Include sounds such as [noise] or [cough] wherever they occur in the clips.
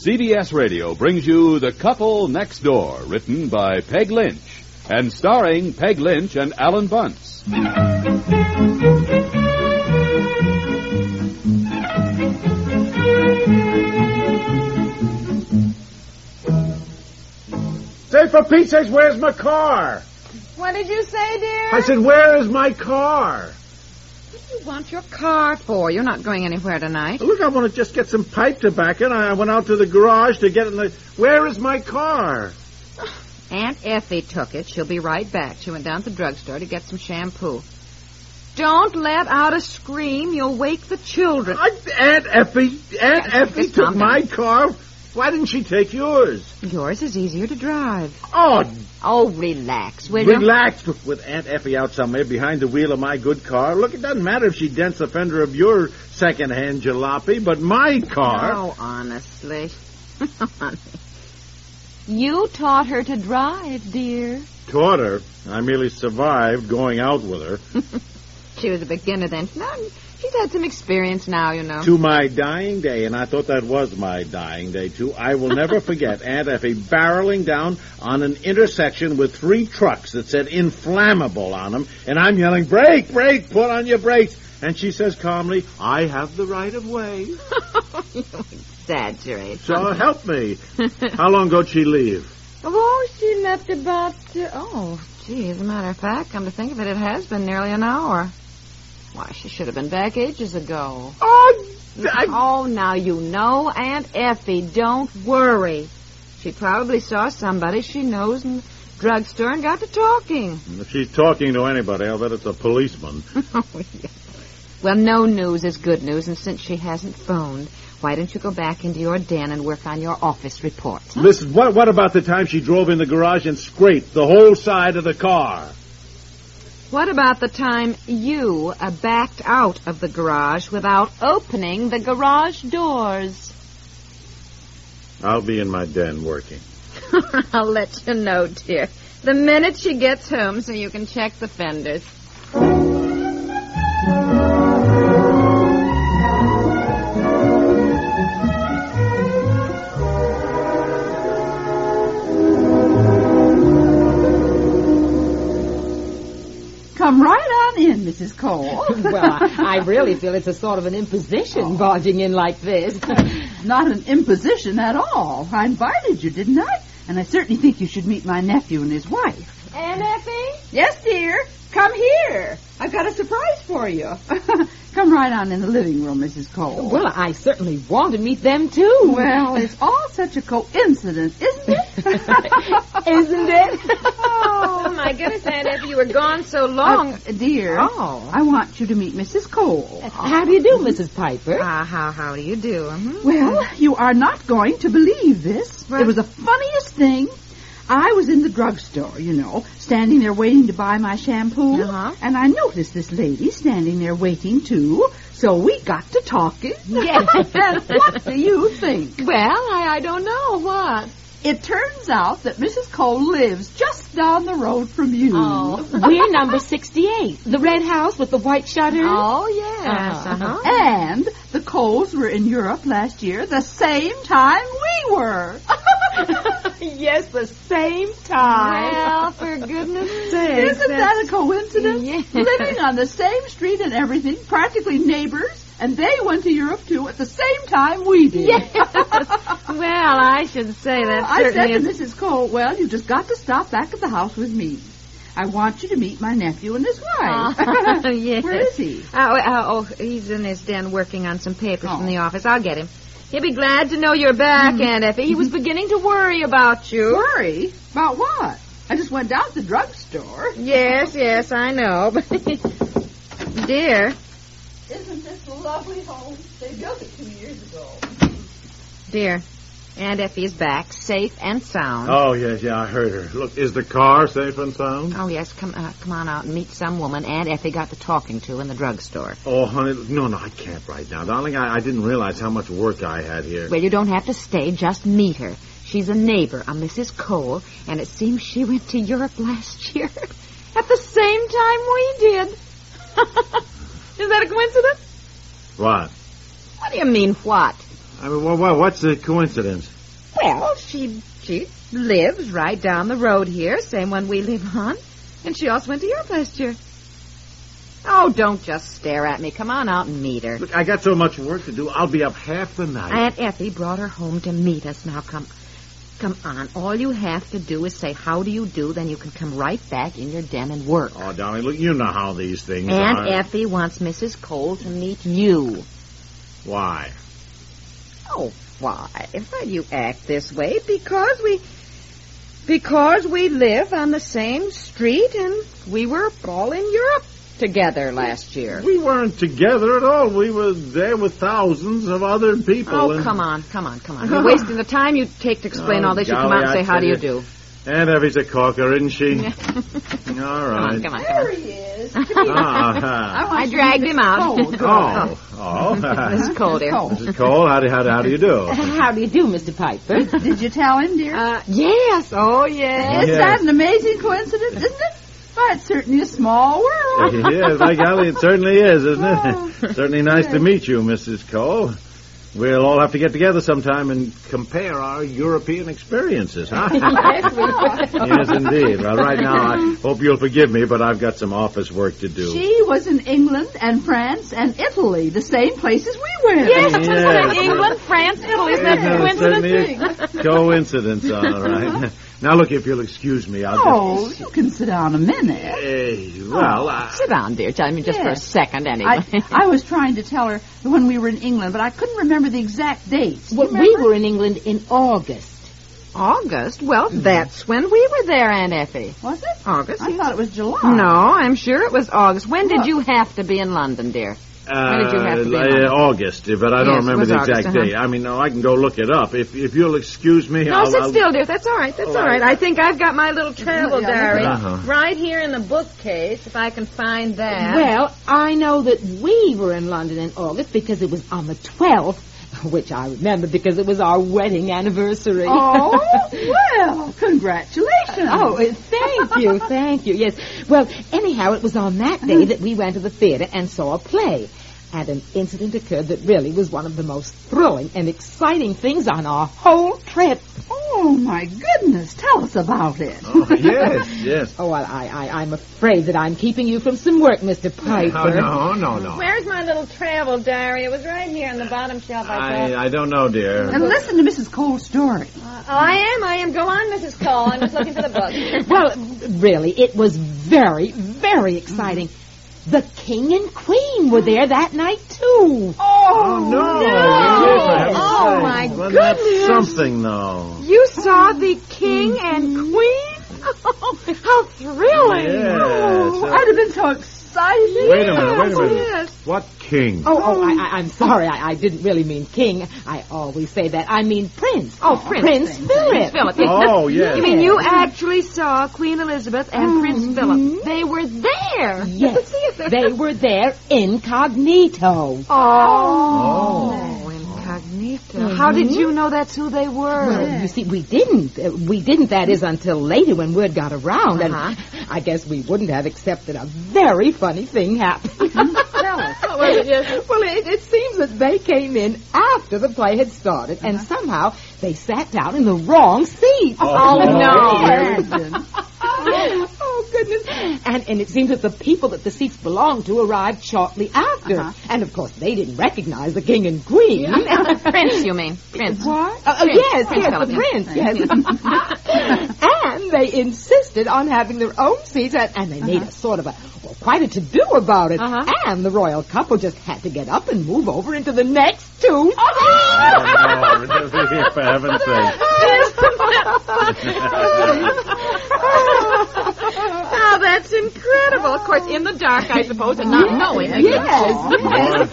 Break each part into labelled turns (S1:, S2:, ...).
S1: CBS Radio brings you The Couple Next Door, written by Peg Lynch and starring Peg Lynch and Alan Bunce.
S2: Say, for Pete's sake, where's my car?
S3: What did you say, dear?
S2: I said, where is my car?
S3: What do you want your car for? You're not going anywhere tonight.
S2: Look, I want to just get some pipe tobacco, and I went out to the garage to get in the... Where is my car?
S3: Aunt Effie took it. She'll be right back. She went down to the drugstore to get some shampoo. Don't let out a scream. You'll wake the children.
S2: I, Aunt Effie, Aunt
S3: Yeah,
S2: Effie
S3: just
S2: took
S3: calm
S2: my car. Why didn't she take yours?
S3: Yours is easier to drive.
S2: Oh,
S3: Oh, relax, will you?
S2: relax. With Aunt Effie out somewhere behind the wheel of my good car. Look, it doesn't matter if she dents the fender of your second-hand jalopy, but my car...
S3: Oh, honestly. [laughs] Honey. You taught her to drive, dear.
S2: Taught her. I merely survived going out with her.
S3: She was a beginner then. No, she's had some experience now, you know.
S2: to my dying day, and I thought that was my dying day too. I will never forget Aunt Effie barreling down on an intersection with three trucks that said inflammable on them, and I'm yelling, "Brake! Brake! Put on your brakes!" And she says calmly, "I have the right of way."
S3: you exaggerate.
S2: So help me. How long ago did she leave?
S3: Oh, she left about. Uh, oh, gee, as a matter of fact, come to think of it, it has been nearly an hour. Why, she should have been back ages ago.
S2: Oh, I,
S3: Oh, now you know, Aunt Effie, don't worry. She probably saw somebody she knows in the drugstore and got to talking.
S2: if she's talking to anybody, I'll bet it's a policeman.
S3: [laughs] oh, yeah. Well, no news is good news, and since she hasn't phoned, why don't you go back into your den and work on your office report? huh?
S2: Listen, what what about the time she drove in the garage and scraped the whole side of the car?
S3: What about the time you uh, backed out of the garage without opening the garage doors?
S2: I'll be in my den working.
S3: [laughs] I'll let you know, dear. The minute she gets home, so you can check the fenders.
S4: Come right on in, Mrs. Cole.
S5: [laughs]
S4: Oh.
S5: well, I, I really feel it's a sort of an imposition barging in like this.
S4: [laughs] Not an imposition at all. I invited you, didn't I? And I certainly think you should meet my nephew and his wife.
S3: Aunt Effie?
S4: Yes, dear. Come here. I've got a surprise for you. [laughs] Come right on in the living room, Mrs. Cole.
S5: well, I certainly want to meet them too.
S4: Well, it's all such a coincidence, isn't
S5: [laughs]
S4: it?
S5: isn't it?
S3: Oh, my goodness, Aunt Effie, you were gone so long.
S4: Uh, dear,
S3: Oh.
S4: I want you to meet Mrs. Cole.
S5: How do you do, Mrs. Piper?
S3: Ah, how, how do you do? Mhm.
S4: Well, you are not going to believe this.
S3: What?
S4: It was the funniest thing. I was in the drugstore, you know, standing there waiting to buy my shampoo.
S3: Uh-huh.
S4: And I noticed this lady standing there waiting, too. So we got to talking. [laughs] and what do you think?
S3: Well, I, I don't know. What?
S4: It turns out that Mrs. Cole lives just down the road from you.
S3: Oh.
S5: [laughs] We're number 68, the red house with the white shutters.
S3: Oh, yes.
S5: Uh-huh.
S3: Uh-huh.
S4: And the Coles were in Europe last year the same time we were.
S6: [laughs] yes, the same time.
S3: Well, for goodness
S6: Thanks,
S4: Isn't
S6: that's-
S4: that a coincidence?
S3: Yeah.
S4: Living on the same street and everything, practically neighbors, and they went to Europe too at the same time we did.
S3: Well, I should say that
S4: [laughs] I said
S3: certainly
S4: to
S3: is...
S4: Mrs. Cole, well, you just got to stop back at the house with me. I want you to meet my nephew and his
S6: [laughs]
S4: wife.
S3: Ah, [laughs]
S5: [laughs]
S3: yes.
S4: [laughs] Where is he?
S3: Oh, uh, oh, he's in his den working on some papers
S4: Oh.
S3: from the office. I'll get him. He'll be glad to know you're back, Aunt Effie. He was beginning to worry about you.
S4: Worry? About what? I just went down to the drugstore.
S3: Yes, yes, I know. [laughs] but Dear,
S4: Isn't this lovely home? They built it two years ago.
S3: dear, Aunt Effie is back, safe and sound.
S2: Oh, yes, yeah, I heard her. Look, is the car safe and sound?
S3: Oh, yes, come uh, come on out and meet some woman Aunt Effie got to talking to in the drugstore.
S2: Oh, honey, no, no, I can't right now. Darling, I, I didn't realize how much work I had here.
S3: Well, you don't have to stay. Just meet her. She's a neighbor, a Mrs. Cole, and it seems she went to Europe last year [laughs] at the same time we did. [laughs] Is that a coincidence?
S2: What?
S3: What do you mean, what?
S2: I mean, wha wha- what's the coincidence?
S3: Well, she she lives right down the road here, same one we live on, and she also went to Europe last year. Oh, don't just stare at me. Come on out and meet her.
S2: Look, I got so much work to do, I'll be up half the night.
S3: Aunt Effie brought her home to meet us. Now come, come on. All you have to do is say how do you do, then you can come right back in your den and work.
S2: Oh, darling, look, you know how these things
S3: Aunt
S2: are.
S3: Effie wants Mrs. Cole to meet you.
S2: Why?
S3: Oh, why? Why do you act this way? Because we, because we live on the same street, and we were all in Europe together last year.
S2: We weren't together at all. We were there with thousands of other people.
S3: Oh,
S2: and-
S3: come on, come on, come
S2: [laughs]
S3: on. You're wasting the time you take to explain
S2: Oh,
S3: all this. you come
S2: golly,
S3: out and
S2: I
S3: say, how
S2: tell
S3: do you
S2: you."
S3: do?
S2: Aunt Effie's a corker, isn't
S3: [laughs]
S2: she? All
S3: come on,
S2: right.
S3: come on.
S4: There he is.
S3: [laughs]
S2: Ah,
S4: want
S3: I
S4: you to
S3: dragged
S4: meet
S3: him out.
S4: Cole.
S5: [laughs]
S2: ah. oh, oh. [laughs]
S3: Mrs. Cole, dear.
S4: Cole.
S2: Mrs. Cole, how do, how, do- how do you do?
S5: How do you do, Mr. Piper?
S4: Did you tell him, dear?
S3: Uh, yes, oh, yes.
S4: Isn't
S2: yes.
S4: that an amazing coincidence, isn't it? Why, it's certainly a small world.
S2: [laughs] yes, by golly, it certainly is, isn't
S3: Oh.
S2: it? certainly nice to meet you, Mrs. Cole. We'll all have to get together sometime and compare our European experiences,
S3: [laughs]
S2: huh? yes, indeed. Well, right now, I hope you'll forgive me, but I've got some office work to do.
S4: She was in England and France and Italy, the same places we went.
S2: Yes.
S3: England, France, Italy. Isn't that a
S2: Yeah, it's certainly
S3: coincidence?
S2: a coincidence, all
S3: [laughs]
S2: right. now, look, if you'll excuse me, I'll
S4: Oh, you can sit down a minute.
S2: just... Eh, well, I...
S5: Uh, Sit down, dear. I mean, just for a
S4: Yes.
S5: second, anyway.
S4: I, I was trying to tell her when we were in England, but I couldn't remember the exact dates. Do you
S5: Well, we
S4: remember?
S5: were in England in August.
S3: August? Well,
S5: Mm-hmm.
S3: that's when we were there, Aunt Effie.
S4: Was it?
S3: August?
S4: I thought it was July.
S5: Oh.
S3: No, I'm sure it was August. When did you have to be in London, dear?
S2: Uh,
S3: did you have to be,
S2: uh,
S3: Mom?
S2: August, but I don't
S3: Yes, it
S2: remember
S3: was
S2: the
S3: August,
S2: exact
S3: uh-huh.
S2: date. I mean, no, I can go look it up. If if you'll excuse me,
S3: No,
S2: I'll...
S3: sit
S2: I'll-
S3: still, dear. That's all right. That's
S2: Oh,
S3: all
S2: I-
S3: right. I think I've got my little travel
S4: Yeah, yeah.
S3: diary
S2: Uh-huh.
S3: right here in the bookcase, if I can find that.
S5: Well, I know that we were in London in August because it was on the 12th, which I remember because it was our wedding anniversary.
S4: Oh, well, congratulations.
S5: Oh, uh,
S3: [laughs]
S5: thank you, thank you. Yes. Well, anyhow, it was on that
S3: Mm-hmm.
S5: day that we went to the theater and saw a play. And an incident occurred that really was one of the most thrilling and exciting things on our whole trip.
S4: oh, my goodness. Tell us about it.
S2: Oh, yes, yes.
S5: Oh, I, I, I, I'm afraid that I'm keeping you from some work, Mr. Piper.
S2: Oh, no, no, no.
S3: Where's my little travel diary? It was right here in the bottom shelf. I,
S2: I,
S3: thought.
S2: I don't know, dear.
S4: And listen to Mrs. Cole's story.
S3: Oh, I am. I am. Go on, Mrs. Cole. I'm just looking for the book.
S5: Well, really, it was very, very exciting. The king and queen were there that night, too.
S2: Oh, no.
S3: Oh, my
S2: well, goodness. That's something, though.
S3: You saw the king and queen? How thrilling!
S2: Yes,
S4: Oh,
S2: uh,
S4: I'd have been so excited.
S2: Wait a minute, wait a minute.
S3: Yes.
S2: What king?
S5: Oh, oh, I, I, I'm sorry. I, I didn't really mean king. I always say that. I mean prince.
S3: Oh, Prince.
S5: Prince Philip.
S2: Oh, yes.
S3: You mean you actually saw Queen Elizabeth and Prince Philip? They were there.
S5: Mm-hmm. Yes. they were there incognito.
S2: Oh.
S3: Oh, incognito. How did you know that's who they were?
S5: Mm-hmm. Well, you see, we didn't. Uh, we didn't, that is, until later when word got around.
S3: Uh-huh.
S5: And I guess we wouldn't have accepted a very funny
S3: [laughs]
S5: thing happened. [laughs] well, it, it seems that they came in after the play had started, and somehow They sat down in the wrong seats.
S3: Uh-huh. Oh, no.
S5: [laughs] oh, goodness. And, and it seemed that the people that the seats belonged to arrived shortly after.
S4: Uh-huh.
S5: And, of course, they didn't recognize the king and queen.
S7: Prince, you mean? Prince.
S5: What? Oh, oh,
S7: Prince.
S5: yes,
S7: Prince
S5: yes,
S7: Philip,
S5: the
S7: yes.
S5: prince,
S7: [laughs]
S5: yes. and they insisted on having their own seats, and, and they made a sort of a, well, quite a to-do about it.
S7: Uh-huh.
S5: And the royal couple just had to get up and move over into the next two seats.
S2: Oh, Lord, for heaven's sake.
S7: Oh, that's incredible. Of course, in the dark, I suppose, and not knowing. Yes.
S2: Lord,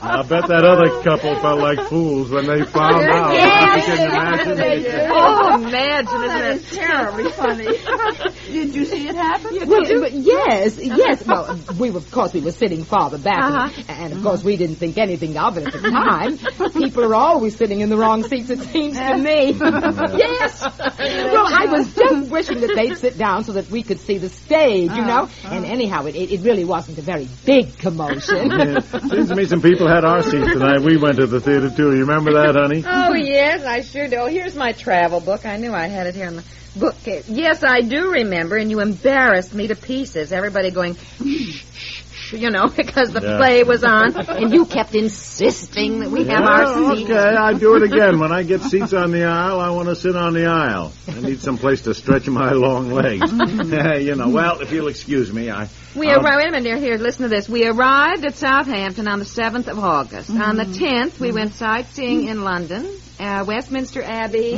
S2: I bet that other couple felt like fools when they found out.
S7: Yes.
S2: You can imagine it.
S7: Oh, imagine, isn't it?
S4: terribly funny. Did you see it happen?
S5: Well,
S7: [laughs]
S5: but yes, yes. Well, we were, of course we were sitting farther back,
S7: Uh-huh.
S5: and, and
S7: Mm-hmm.
S5: of course we didn't think anything of it at
S7: [laughs]
S5: the time. People are always sitting in the wrong seats, it seems to
S7: [laughs]
S5: me. yes. Well, I was just wishing that they'd sit down so that we could see the stage, you know.
S7: Ah,
S5: And anyhow, it, it, it really wasn't a very big
S7: [laughs]
S5: commotion.
S2: Yeah. Seems to me some people had our seats tonight. We went to the theater too. You remember that, honey?
S3: Oh, yes, I sure do. Oh, here's my travel book. I knew I had it here in the bookcase. Yes, I do remember, and you embarrassed me to pieces. Everybody going, shh, shh, shh, you know, [laughs] because the
S2: Yeah.
S3: play was on, and you kept insisting that we have
S2: Yeah,
S3: our seats.
S2: Oh, okay, I'll do it again. When I get seats on the aisle, I want to sit on the aisle. I need some place to stretch my long
S3: [laughs]
S2: legs. [laughs] you know, well, if you'll excuse me, I...
S7: We
S2: I'll-
S7: arrived. Wait a minute, dear. Here, listen to this. We arrived at Southampton on the seventh of August. On the tenth, we went sightseeing in London, uh, Westminster Abbey,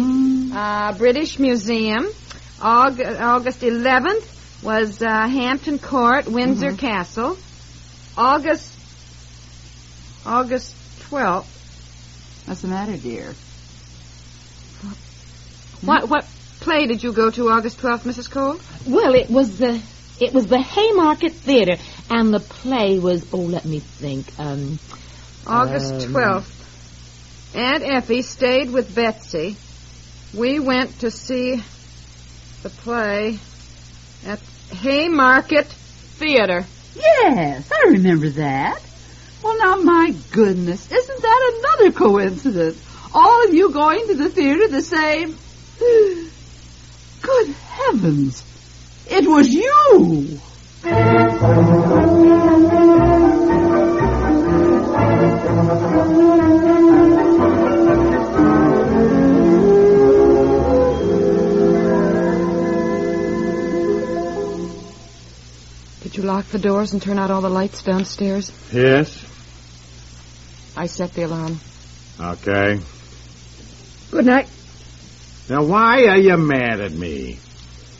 S7: uh, British Museum. Aug- August eleventh was uh, Hampton Court, Windsor Castle. August August twelfth.
S4: What's the matter, dear?
S7: What what play did you go to August twelfth, Mrs. Cole?
S5: well, it was the it was the Haymarket Theater, and the play was oh, let me think. Um,
S7: August
S5: Um.
S7: 12th. Aunt Effie stayed with Betsy. We went to see the play at Haymarket Theater.
S4: Yes, I remember that. Well, now, my goodness, isn't that another coincidence? All of you going to the theater the same. [gasps] Good heavens. It was you.
S7: Did you lock the doors and turn out all the lights downstairs?
S2: Yes?
S7: I set the alarm.
S2: Okay.
S3: Good night.
S2: Now, why are you mad at me?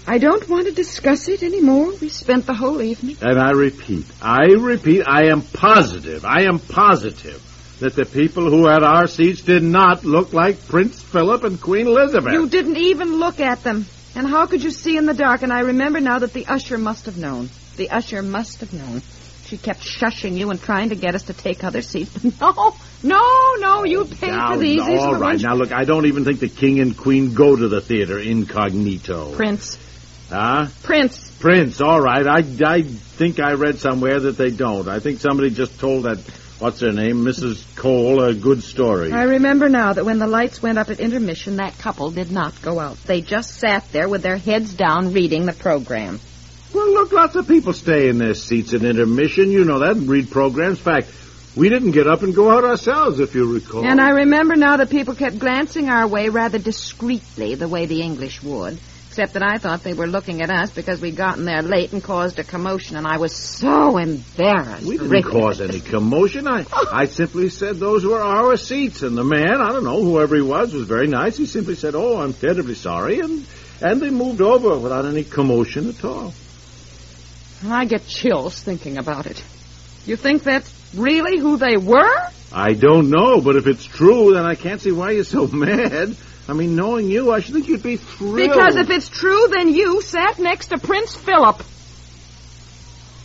S3: I don't want to discuss it anymore. We spent the whole evening.
S2: And I repeat, I repeat, I am positive, I am positive that the people who had our seats did not look like Prince Philip and Queen Elizabeth.
S7: You didn't even look at them. And how could you see in the dark? And I remember now that the usher must have known. The usher must have known. She kept shushing you and trying to get us to take other seats. [laughs] But no, no, no, you paid
S2: Now,
S7: for these. These are
S2: all
S7: the
S2: right,
S7: ones-
S2: now look, I don't even think the king and queen go to the theater incognito.
S7: Prince.
S2: Huh?
S7: Prince.
S2: Prince, all right. I, I think I read somewhere that they don't. I think somebody just told that, what's her name, Mrs. Cole, a good story.
S7: I remember now that when the lights went up at intermission, that couple did not go out. They just sat there with their heads down reading the program.
S2: Well, look, lots of people stay in their seats at intermission. You know that, and read programs. Fact, we didn't get up and go out ourselves, if you recall.
S7: And I remember now that people kept glancing our way rather discreetly, the way the English would. Except that I thought they were looking at us because we'd gotten there late and caused a commotion, and I was so embarrassed.
S2: We didn't
S7: Rick.
S2: cause any commotion. I, I simply said those were our seats, and the man, I don't know, whoever he was, was very nice. He simply said, "Oh, I'm terribly sorry," and and they moved over without any commotion at all.
S7: I get chills thinking about it. You think that's really who they were?
S2: I don't know, but if it's true, then I can't see why you're so [laughs] mad. I mean, knowing you, I should think you'd be thrilled.
S7: Because if it's true, then you sat next to Prince Philip.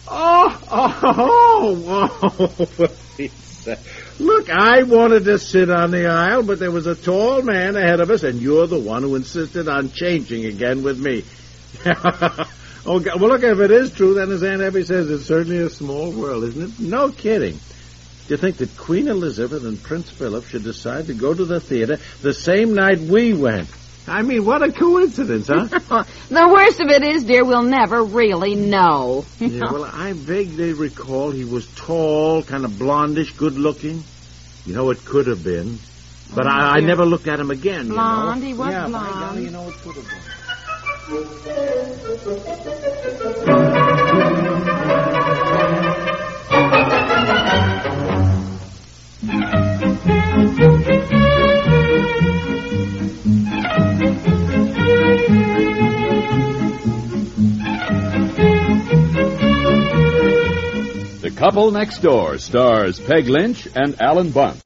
S2: Oh, oh, oh, [laughs] oh. It's, uh, Look, I wanted to sit on the aisle, but there was a tall man ahead of us, and you're the one who insisted on changing again with me. [laughs] okay, well, look, if it is true, then as Aunt Effie says, it's certainly a small world, isn't it? No kidding. Do you think that Queen Elizabeth and Prince Philip should decide to go to the theater the same night we went? I mean, what a coincidence, huh?
S6: the worst of it is, dear, we'll never really know. [laughs]
S2: yeah, well, I vaguely recall he was tall, kind of blondish, good looking. You know, it could have been. But I, I
S6: Oh, yeah.
S2: never looked at him again.
S6: blonde,
S2: you
S6: he
S2: know?
S6: was
S2: yeah,
S6: blonde.
S2: you know, it could have been.
S1: The Couple Next Door stars Peg Lynch and Alan Bunt.